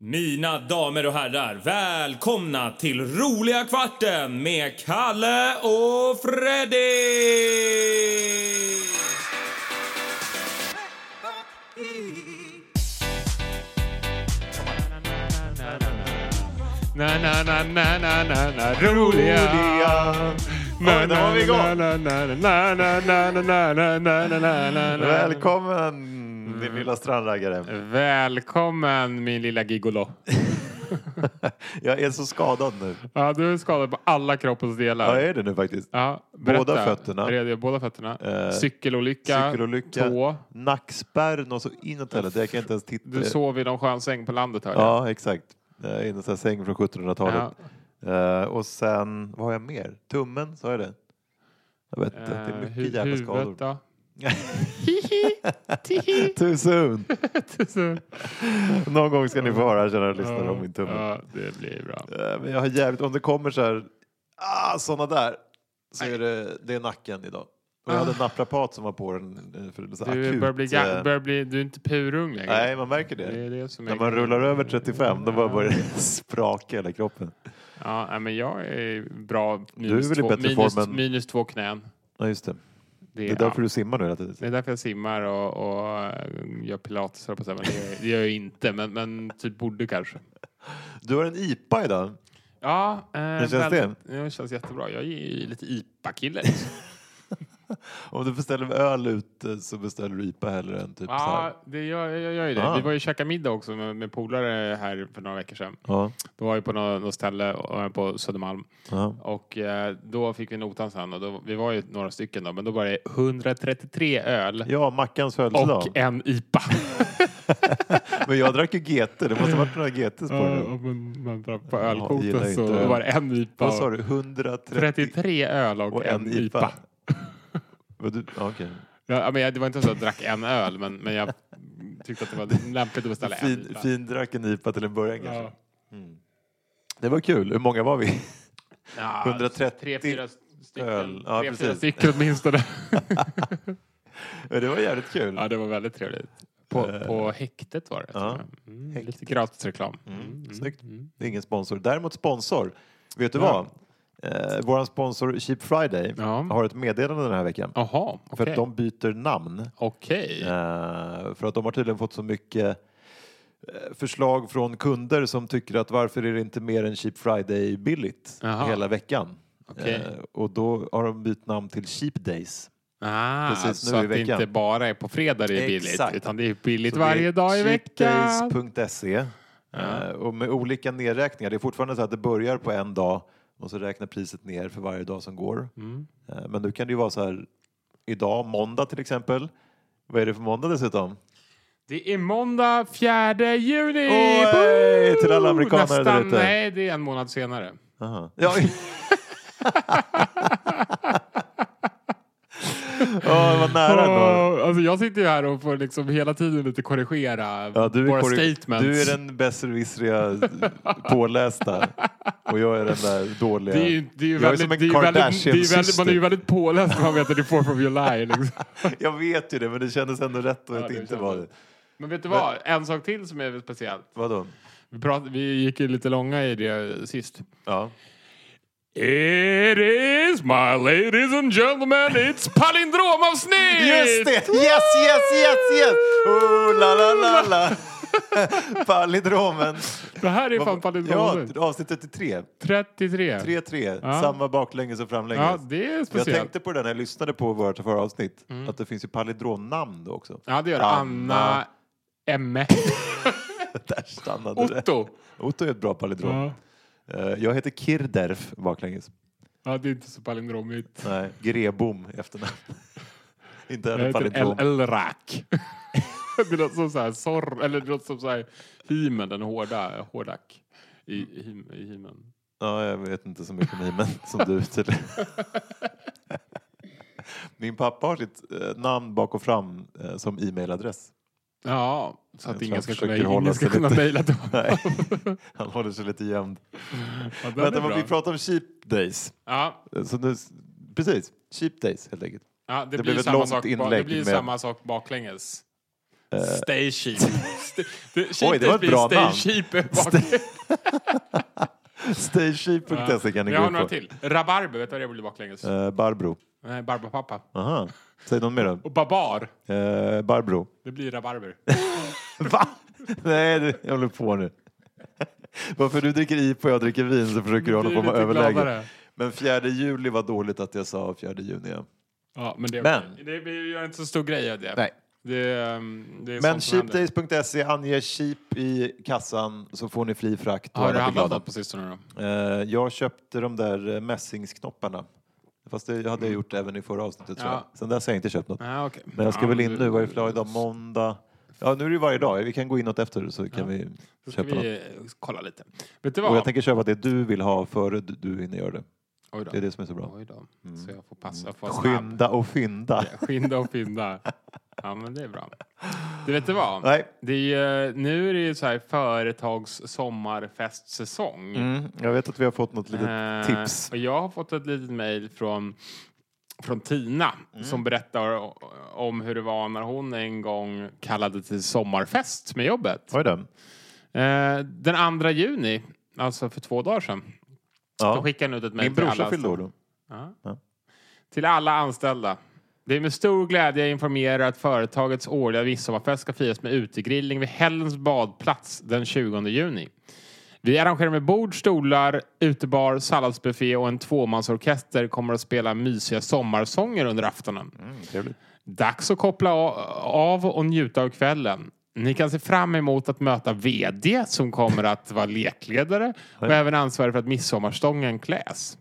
Mina damer och herrar, välkomna till Roliga Kvarten med Kalle och Freddy! Na, na, na, na, na, na, na, roliga. Ja, där var vi igång. Na, na, na, na, na, na, na, na, na, na, na, na, na, na. Mm. Välkommen din lilla strandraggare. Välkommen min lilla gigolo. Jag är så skadad nu. Ja, du är skadad på alla kroppens delar. Jag är det nu faktiskt. Ja, Båda berätta. fötterna. Redogör, båda fötterna. Eh, cykelolycka. Cykelolycka. Tå. Nackspärr något så inåt helvete. Jag kan inte ens titta. Du sov i någon skön säng på landet hörde jag. Ja, exakt. Eh, I en sån här säng från 1700-talet. Eh, och sen, vad har jag mer? Tummen, sa jag det? Jag vet inte. Det Eh, är mycket hu- jävla skador. huvudet då? Too soon! Så- Någon gång ska ni få höra, kära lyssnare, om min tumme. Ja, det blir bra. Eh, Men jag har jävligt, om det kommer så här, ah, såna där, så är det, det är nacken idag. Och jag hade en naprapat som var på den eh, för det är så Ah. Du akut. börjar bli, eh, ga- börjar bli... Du är inte purung längre. Nej, man märker Det är det. det som När är man rullar över 35 då bara börjar det spraka i hela kroppen. Ja, nej, men jag är bra. är Minus, väl i två, bättre minus, form än- minus två knän. Ja, just det. Det Det är, är därför ja. du simmar nu hela tiden. det är därför jag simmar och, och eh, gör pilates, höll jag på att säga. Men det, gör jag- det gör jag inte, men, men typ borde kanske. Du har en IPA idag. Ja, eh, känns väldigt- Ja, det känns jättebra. Jag är ju lite IPA-kille. Om du beställer öl ute så beställer du IPA hellre än typ så här. ja, det gör, jag gör ju det. Ah. Vi var ju och käkade middag också med, med polare här för några veckor sedan. Ja. Då var vi på något, något ställe eh, på Södermalm. Ja. Och eh, då fick vi notan sen. Och då, vi var ju några stycken då, men då var det 133 öl ja, Mackans födelsedag. och en IPA. Men jag drack ju GT. Det måste ha varit några GTs på det. Ja, men man drar på gillar ölkvoten inte så öl. var det en IPA. Vad sa du? 130? 33 öl och, Och en, IPA. Vad du, ja, okej. Ja, men jag, det var inte så att jag drack en öl, men, men jag tyckte att det var lämpligt att beställa en fin, IPA. fin drack en IPA till en början kanske. Ja. Det var kul. Hur många var vi? Ja, 130 tre, fyra stycken, öl. Ja, tre, fyra precis. stycken åtminstone. Men det var jävligt kul. ja, det var väldigt trevligt. På, på häktet var det. tror ja. jag. Mm, lite gratisreklam. Eh, Mm. Snyggt. Det är ingen sponsor. Däremot sponsor. Vet du vad? Eh, Vår sponsor Cheap Friday Ja. har ett meddelande den här veckan. Jaha, För okej. att de byter namn. Okej. Eh, för att de har tydligen fått så mycket eh, förslag från kunder som tycker att varför är det inte mer än Cheap Friday billigt Jaha. hela veckan? Okej. Eh, och då har de bytt namn till Cheap Days. Ah, Precis, så nu i att det veckan. inte bara är på fredag det är billigt, Exakt. utan det är billigt Så det är varje dag i veckan. cheapdays.se. Eh, Och med olika nedräkningar. Det är fortfarande så att det börjar på en dag och så räknar priset ner för varje dag som går. Mm. Eh, Men nu kan det ju vara så här idag, måndag till exempel. Vad är det för måndag dessutom? Det är måndag 4 juni! Oj, Boo! till alla amerikaner där Nästan, ute. Nej, det är en månad senare. Aha. Ja. Åh, vad nära den var. Åh, alltså jag sitter ju här och får liksom hela tiden lite korrigera Ja, du, är våra korri- statements. du är den besserwissriga pålästa och jag är den där dåliga. det är ju, det är ju jag är väldigt, som en det är ju väldigt, det är ju väldigt, man är ju Kardashian-syster. väldigt påläst när man vet att det är 4th of July. Liksom. Jag vet ju det, men det kändes ändå rätt Ja, att det inte kändes. vara det. Men vet du vad? En sak till som är speciellt. Vadå? Vi, prat, vi gick ju lite långa i det sist. Ja. It is my ladies and gentlemen, it's palindromavsnitt! Just det! Yes, yes, yes, yes! Oh, la, la, la, la. Palindromen. Det här är fan palindromavsnitt. Ja, avsnitt 33. 33. 3-3. Ja. Samma baklänges och framlänges. Ja, det är jag speciellt. tänkte på det när jag lyssnade på vårt förra avsnitt, att det finns ju palindromnamn då också. Ja, det gör det. Anna, Anna, Emme. Där stannade det. Otto. Otto är ett bra palindrom. Ja. Eh, Jag heter Kirderf baklänges. ja, det är inte så palindromigt. Nej, Grebom i efternamn. Inte Jag heller heter palindrom. El Elrak. det låter som så här sorr, eller det låter som så här Hymen, den hårda, hårdack. I, i, Hym- i Hymen. Ja, jag vet inte så mycket om mimen som du tydligen. Min pappa har sitt eh, namn bak och fram eh, som e-mailadress. Ja, så Jag att tror ingen han ska kunna, försöker hålla ingen ska sig kunna lite. mejla till honom. Nej, han håller sig lite gömd. Ja, den Vänta, är men vi bra. pratar om cheap days. Ja, Eh, Så nu, precis, cheap days helt enkelt. ja, det, blev blir ett samma långt sak, ba- det inlägg blir med- Eh. samma sak baklänges. Stay cheap. St- det, Oj, det var ett blir bra stay namn. Cheap baklänges. Staycheap.se E kan ni Jag gå har in några på. till. Rabarber, vet du vad det blir baklänges? Eh, Barbro. Nej, Barbapappa. Aha. Säg någon mer då. Och babar, Eh, Barbro. det blir rabarber. Va? Nej, du- jag håller på nu. Varför du dricker IPA och jag dricker vin så försöker du hålla Blir på med lite överläge. gladare. Men 4 juli var dåligt att jag sa 4 juni. Ja. Ja, men det, Men- det, vi gör inte så stor grej av det. Nej. Det, ehm, det är Men sånt som händer. cheapdays.se, ange cheap i kassan så får ni fri frakt. och Har alla du blir handlat glada. något på sistone då? Eh, Jag köpte de där eh, mässingsknopparna. Fast det hade jag gjort även i förra avsnittet tror Ja. jag. Sen dess har jag inte köpt något. Ja, okej. Men jag ska Ja, väl in nu, vad är det för dag då idag? Måndag? Ja, nu är det ju varje dag. Vi kan gå inåt efter så kan vi ska köpa något. vi eh, kolla lite. Vet du vad? Och jag tänker köpa det du vill ha före du- du hinner göra det. Oj då. Det är det som är så bra. Oj då. Så jag får passa på att snabb. Skynda och fynda. Skynda och fynda. Ja, men det är bra. Du vet du vad? Nej. Det är, ju- nu är det ju så här företags sommarfestsäsong. Mm, jag vet att vi har fått något litet Eh, tips. Och jag har fått ett litet mejl från, från Tina Mm. som berättar o- om hur det var när hon en gång kallade till sommarfest med jobbet. Oj då. Eh, den 2 juni, alltså för två dagar sedan, då Ja. skickade hon ut ett mejl Min till alla brorsa fyllde år då. Mm, till alla anställda. Det är med stor glädje jag informerar att företagets årliga midsommarfest ska firas med utegrillning vid Hällens badplats den 20 juni. Vi arrangerar med bord, stolar, utebar, salladsbuffé och en tvåmansorkester kommer att spela mysiga sommarsånger under aftonen. Trevligt. Dags att koppla a- av och njuta av kvällen. Ni kan se fram emot att möta VD som kommer att vara lekledare och även ansvarig för att midsommarstången kläs.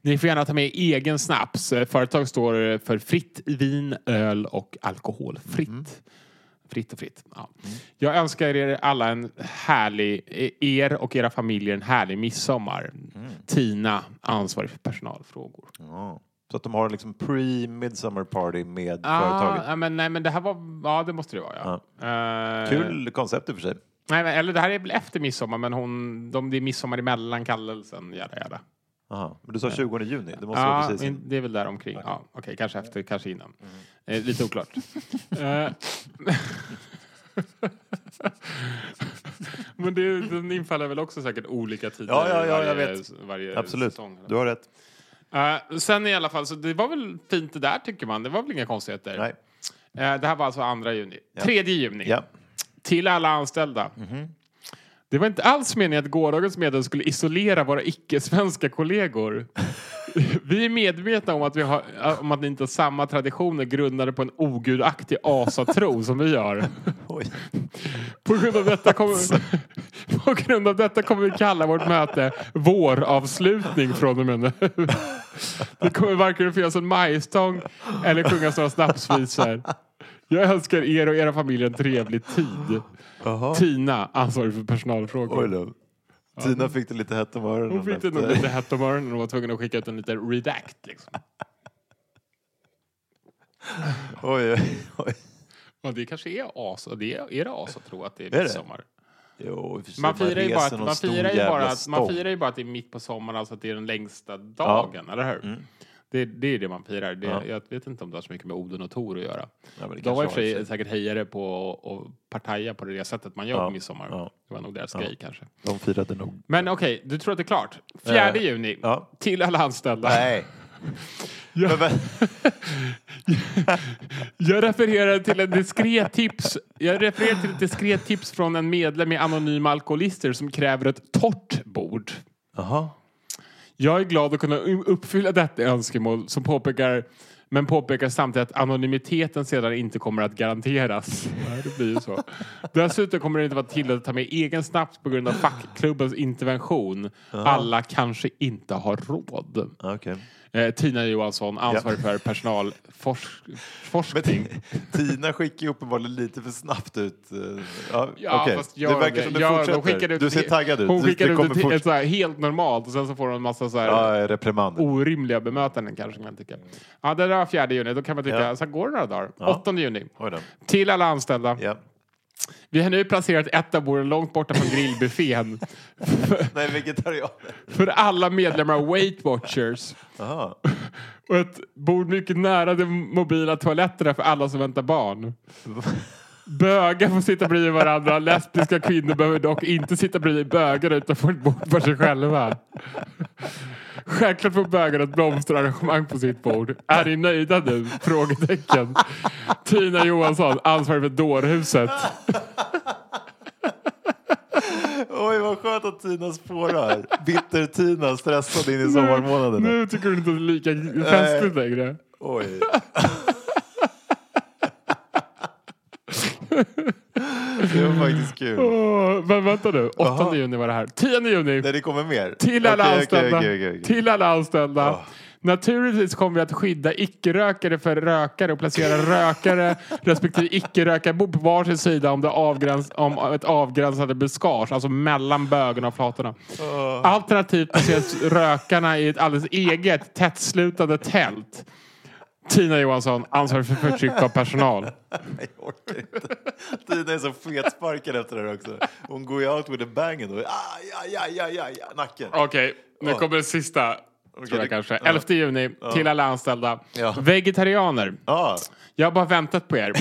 Ni får gärna ta med egen snaps. Eh, Företag står för fritt vin, öl och alkoholfritt. Fritt och fritt. Ja. Jag önskar er alla en härlig, er och era familjer en härlig midsommar. Tina, ansvarig för personalfrågor. Ja. Så att de har liksom pre-midsummer party med Ah, företaget. ja, men, nej, men det här var... Ja, det måste det vara, ja. Eh, Kul koncept i och för sig. Nej, men, eller det här är väl efter midsommar, men hon, de, det är midsommar emellan kallelsen. Jada, jada. Aha. Men du Eh. sa 20 juni. Det måste vara Ja, precis. men det är väl där omkring. Ja, Okej, kanske efter, kanske innan. Mm. Eh, lite oklart. Eh, men det, den infaller väl också säkert olika tider Ja, ja, ja, varje, jag vet. varje Absolut. säsong. eller? Du har rätt. Eh, sen i alla fall, så det var väl fint det där tycker man. Det var väl inga konstigheter. Nej. Eh, det här var alltså andra juni. Tredje juni. Ja. Till alla anställda. Det var inte alls meningen att gårdagens medel skulle isolera våra icke-svenska kollegor. Vi är medvetna om att, vi har, om att ni inte har samma traditioner grundade på en ogudaktig asatro som vi har. Oj. På grund av detta kommer, på grund av detta kommer vi kalla vårt möte våravslutning från och med nu. Det kommer varken att finnas en majstång eller sjungas några snapsvisor. Jag önskar er och era familjer en trevlig tid. Tina, ansvarig för personalfrågor. Oj då. Tina fick det lite hett om öronen. Hon fick det efter- nog lite hett om öronen och var tvungen att skicka ut en liten redact. Liksom. Oj, oj, oj. Och det kanske är as, och det är, är det as att tro att det är det? midsommar. Jo, i och för sig, Man firar, ju bara reser att, någon man, stor firar ju jävla bara att, man stång. firar ju bara att det är mitt på sommaren, alltså att det är den längsta dagen, eller hur? Mm. Det, det är det man firar. Det, Jag vet inte om det har så mycket med Oden och Tor att göra. men det De kanske var i och har för i och för sig säkert hejare på att partaja på det sättet man gör Ja, på midsommar. ja. Det var nog deras grej kanske. De firade nog. Men okej, du tror att det är klart. 4 Eh, juni, ja. till alla anställda. Nej. Men, men, Jag refererar till en diskret tips. Jag refererar till ett diskret tips från en medlem i Anonyma Alkoholister som kräver ett torrt bord. Jaha. Jag är glad att kunna uppfylla detta önskemål som påpekar Men påpekar samtidigt att anonymiteten sedan inte kommer att garanteras. Nej, det blir ju så. Dessutom kommer det inte vara tillåtet att ta med egen snaps på grund av fackklubbens intervention. Alla kanske inte har råd. Ah, Okej. Eh, Tina Johansson, ansvarig för personalforskning. Men Tina skickar ju uppenbarligen lite för snabbt ut. eh, Ja, Ja, okej. fast gör det verkar som du Gör fortsätter. Hon skickar ut du ser ett- taggad ut. Hon Det- skickar det ut kommer ett, he- ett fortsätta. så här helt normalt och sen så får hon en massa så här Ja, Oh. reprimander. orimliga bemötanden kanske kan jag tycka. Ja, det där var fjärde juni. Då kan man tycka, Ja. så här går det några dagar. Ja. Åttonde juni. Oj då. Till alla anställda. Ja. Vi har nu placerat ett av borden långt borta från grillbuffén. Nej, vegetarianer. för alla medlemmar av Weight Watchers. Jaha. Och ett bord mycket nära de mobila toaletterna för alla som väntar barn. Bögar får sitta bredvid varandra. Lesbiska kvinnor behöver dock inte sitta bredvid bögar utan får ett bord för sig själva. Självklart får bögarna ett blomsterarrangemang på sitt bord. Är ni nöjda nu? Frågetecken. Tina Johansson, ansvarig för dårhuset. Oj, vad skönt att Tina spårar. Bitter-Tina, stressad in i sommarmånaderna. Nu tycker du inte det är lika festligt längre. Oj. Det var faktiskt kul. Åh, men vänta nu, 8 juni var det här. 10 juni. Nej, det kommer mer. Till alla Okej, okej, anställda. okej, okej, okej. Till alla anställda. Ja. Naturligtvis kommer vi att skydda icke-rökare för rökare och placera rökare respektive icke-rökarbord på varsin sida om, det avgräns om ett avgränsade buskage, alltså mellan bögarna och flatorna. Alternativt placeras rökarna i ett alldeles eget tättslutande tält. Tina Johansson, ansvarig för förtryck av personal. Nej, jag orkar inte. Tina är så fetsparkad efter det här också. Hon går ju out with a bang ändå. Ah, Aj, aj, aj, aj, aj, aj, nacken. Okej, nu kommer det sista. tror jag det- kanske. ja. 11 juni, till alla anställda. Ja. Vegetarianer, Ja, jag har bara väntat på er.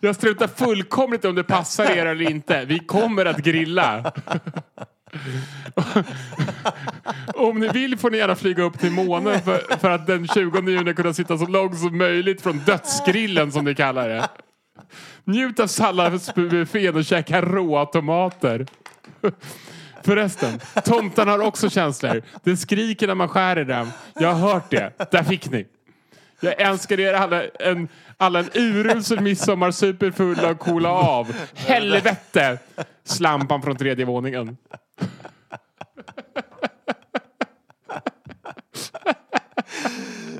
jag struntar fullkomligt om det passar er eller inte. Vi kommer att grilla. Om ni vill får ni gärna flyga upp till månen för, för att den 20 juni kunna sitta så långt som möjligt från dödsgrillen som ni kallar det. Njut av salladsbuffén och käka råa tomater. Förresten, tomten har också känslor. Den skriker när man skär i den. Jag har hört det. Där fick ni. Jag önskar er alla en, alla en urusel midsommar superfulla och coola av. Helvete! Slampan från tredje våningen.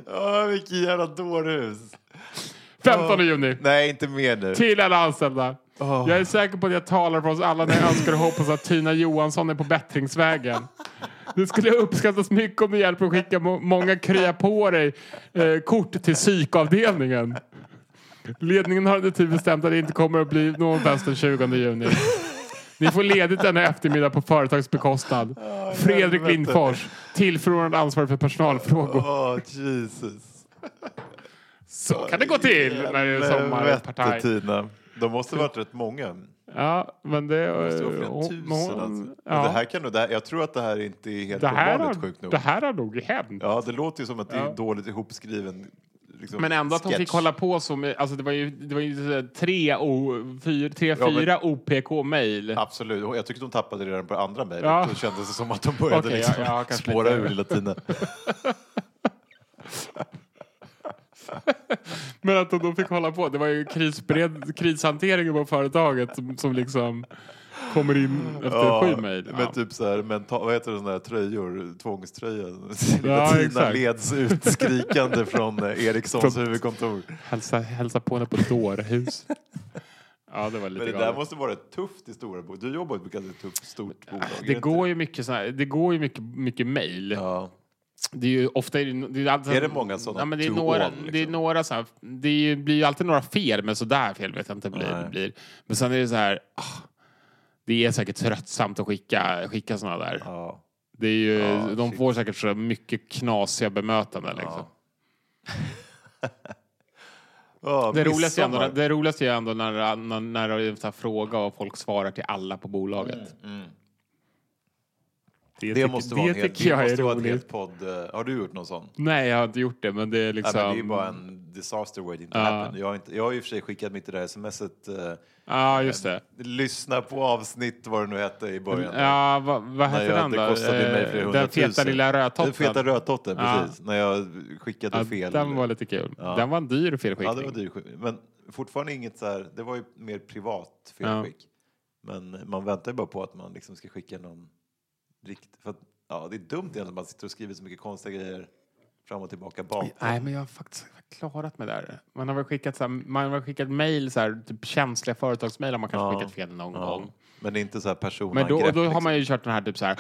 oh, vilket jävla dårhus. 15 juni. Nej, inte mer nu. Till alla anställda. Jag är säker på att jag talar för oss alla när jag önskar och hoppas att Tina Johansson är på bättringsvägen. Det skulle uppskattas mycket om du hjälper att skicka må- många krya på dig eh, kort till psykavdelningen. Ledningen har under tid bestämt att det inte kommer att bli någon fest den 20 juni. Ni får ledigt denna eftermiddag på företagets bekostnad. Fredrik helvete. Lindfors, tillförordnad ansvarig för personalfrågor. Åh, Jesus. Så kan det gå till när det är Helvete, sommarpartaj. Tina. De måste ha varit rätt många. Ja, men det... eh, Det var flera hon- tusen hon- alltså. ja. Men det här kan nog, det här, jag tror att det här inte är helt Det här, ovanligt sjukt har, nog. det här har nog hänt. Ja, det låter ju som att det är Ja. dåligt ihopskriven liksom, Men ändå att hon sketch. fick hålla på så med, alltså det var ju, det var ju så här tre, o, fyra, tre Ja, men- fyra OPK-mejl. Absolut. Och Jag tyckte de tappade det redan på andra mejlet. Ja. Då kändes det som att de började Okej, ja, liksom ja, kanske spåra lite. Typ ur lilla Tina. Men att de då fick hålla på, det var ju krisbered, krishanteringen på företaget som, som liksom kommer in efter Ja, sju mejl. Med Ja. typ så här, mental, vad heter det, sådana här tröjor, tvångströjan. Lilla Ja, Tina exakt. leds ut skrikande från eh, Ericssons huvudkontor. Hälsa, hälsa på henne på dårhus. ja, det var lite Men det där galet. måste vara ett tufft i stora bolag. Du jobbar ju på ett ganska tufft, stort bolag. är Det inte går ju mycket såna här, det går ju mycket, mycket mejl. Ja. Det är ju ofta... Är det, det är, alltid, Är det många sådana Ja, men det är to några, all, liksom? det är några så här, Det är, ju- blir ju alltid några fel, men så där fel vet jag inte blir, Nej. blir. Men sen är det så här... Ah, det är säkert tröttsamt att skicka, skicka sådana där. Ja. Det är ju, Ja, de shit. får säkert så mycket knasiga bemötanden. Liksom. Ja, Det, roligaste är ändå, midsommar. det roligaste är ändå när, när, när det är en sån här fråga och folk svarar till alla på bolaget. Det, Det tycker- måste vara, en det hel, tycker det jag är måste vara ett roligt. helt podd. eh, Har du gjort någon sån? Nej, jag har inte gjort det, men det är Nej, liksom... men det är bara en disaster waiting to happen. Jag har, inte, jag har i och för sig skickat mitt det där smset. Eh, Ja, just det. lyssna på avsnitt, vad det nu hette i början. Ja, vad, vad Nej, hette jag- den det då? kostade ju mig Eh, flera Den hundratusen. feta lilla Den feta rödtotten. rödtotten, Ja. precis. När jag skickade Ja, fel. Den var lite kul. Den var en dyr felskickning. ja, det var dyr skick. Men fortfarande inget så här, det var ju mer privat felskick. Men man väntar ju bara på att man liksom ska skicka någon rikt... För att, ja, det är dumt egentligen att man sitter och skriver så mycket konstiga grejer fram och tillbaka bak. Nej, men jag har faktiskt klarat mig där. Man har väl skickat, så här, man har väl skickat mejl, så här, typ känsliga företagsmejl har man kanske skickat fel någon gång. Men det är inte så här personangrepp. Men då, och då har liksom. man ju kört den här typ så här.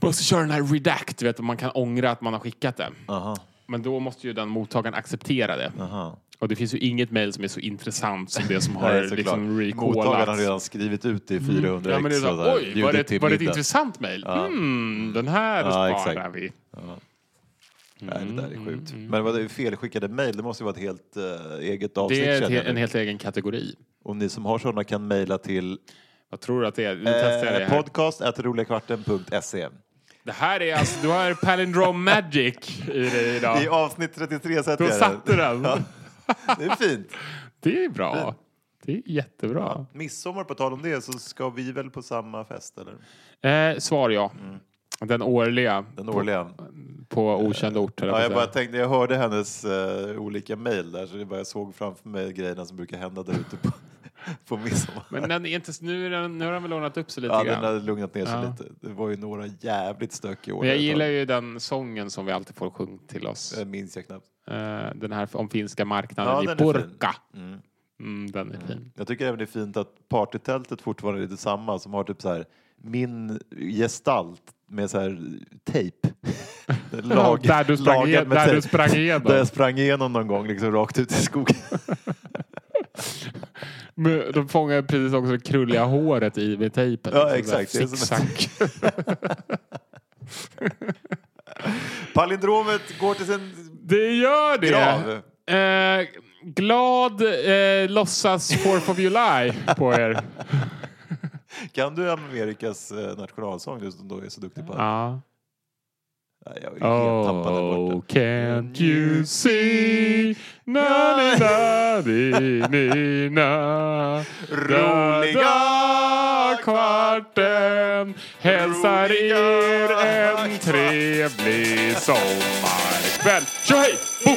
Måste köra den här redact, du vet, och man kan ångra att man har skickat det. Aha, Men då måste ju den mottagaren acceptera det. aha. Och det finns ju inget mejl som är så intressant som det som Nej, har såklart. liksom Mottagaren har recallats. redan skrivit ut det i 400 Ja, men det är ex och så så, här, oj, var bjudit det, till ett- var det ett middag. intressant mejl? Hmm, den här Ja, sparar exakt. vi. Nej, Mm, det där är sjukt. Men vad det är felskickade mejl, det måste ju vara ett helt eh, eget avsnitt. Det är ett känner he- jag en nu. helt egen kategori. Och ni som har sådana kan mejla till Vad tror du att det är? Nu testar jag det eh, här. podcast.roligakvarten.se. Det här är alltså, du har palindrom magic i dig idag. I avsnitt 33 sätter Då jag satte den. Ja, det är fint. Det är bra. Det är jättebra. Midsommar, på tal om det, så ska vi väl på samma fest? Eller? Eh, svar ja. Mm. Den årliga Den årliga. på okänd ort. höll Ja, jag jag på bara att säga. tänkte, jag hörde hennes eh, olika mejl där, så det bara, jag såg framför mig grejerna som brukar hända där ute på, på midsommar. Men den är inte, nu, är den, nu har den väl ordnat upp sig lite ja, den grann. hade lugnat ner sig Ja. lite. Det var ju några jävligt stökiga år. Men jag där ett gillar tag. ju den sången som vi alltid får sjung till oss. Eh, minns jag knappt. Eh, den här om finska marknaden Ja, i den är Mm. Burka. Mm. den är fin. Jag tycker även det är fint att partytältet fortfarande är detsamma som har typ så här min gestalt med så här tejp. Lag- där du sprang lagad igen- med där du tejp. sprang igenom. Där jag sprang igenom någon gång liksom rakt ut i skogen. Men De fångar precis också det krulliga håret i med tejpen. Ja, Liksom där exakt. Det är som ett- Zigzag. Palindromet går till sin... Det gör det. Grav. Eh, glad eh, låtsas 4th of July på er. Kan du Amerikas eh, nationalsång du som då är så duktig på? Ja. Nej, jag är helt tappad där Oh, borta. can't you see? Na, ni, na, ni, ni, na. Roliga kvarten hälsar Roliga er en kvarten. trevlig sommarkväll. Tjo hej! Boom!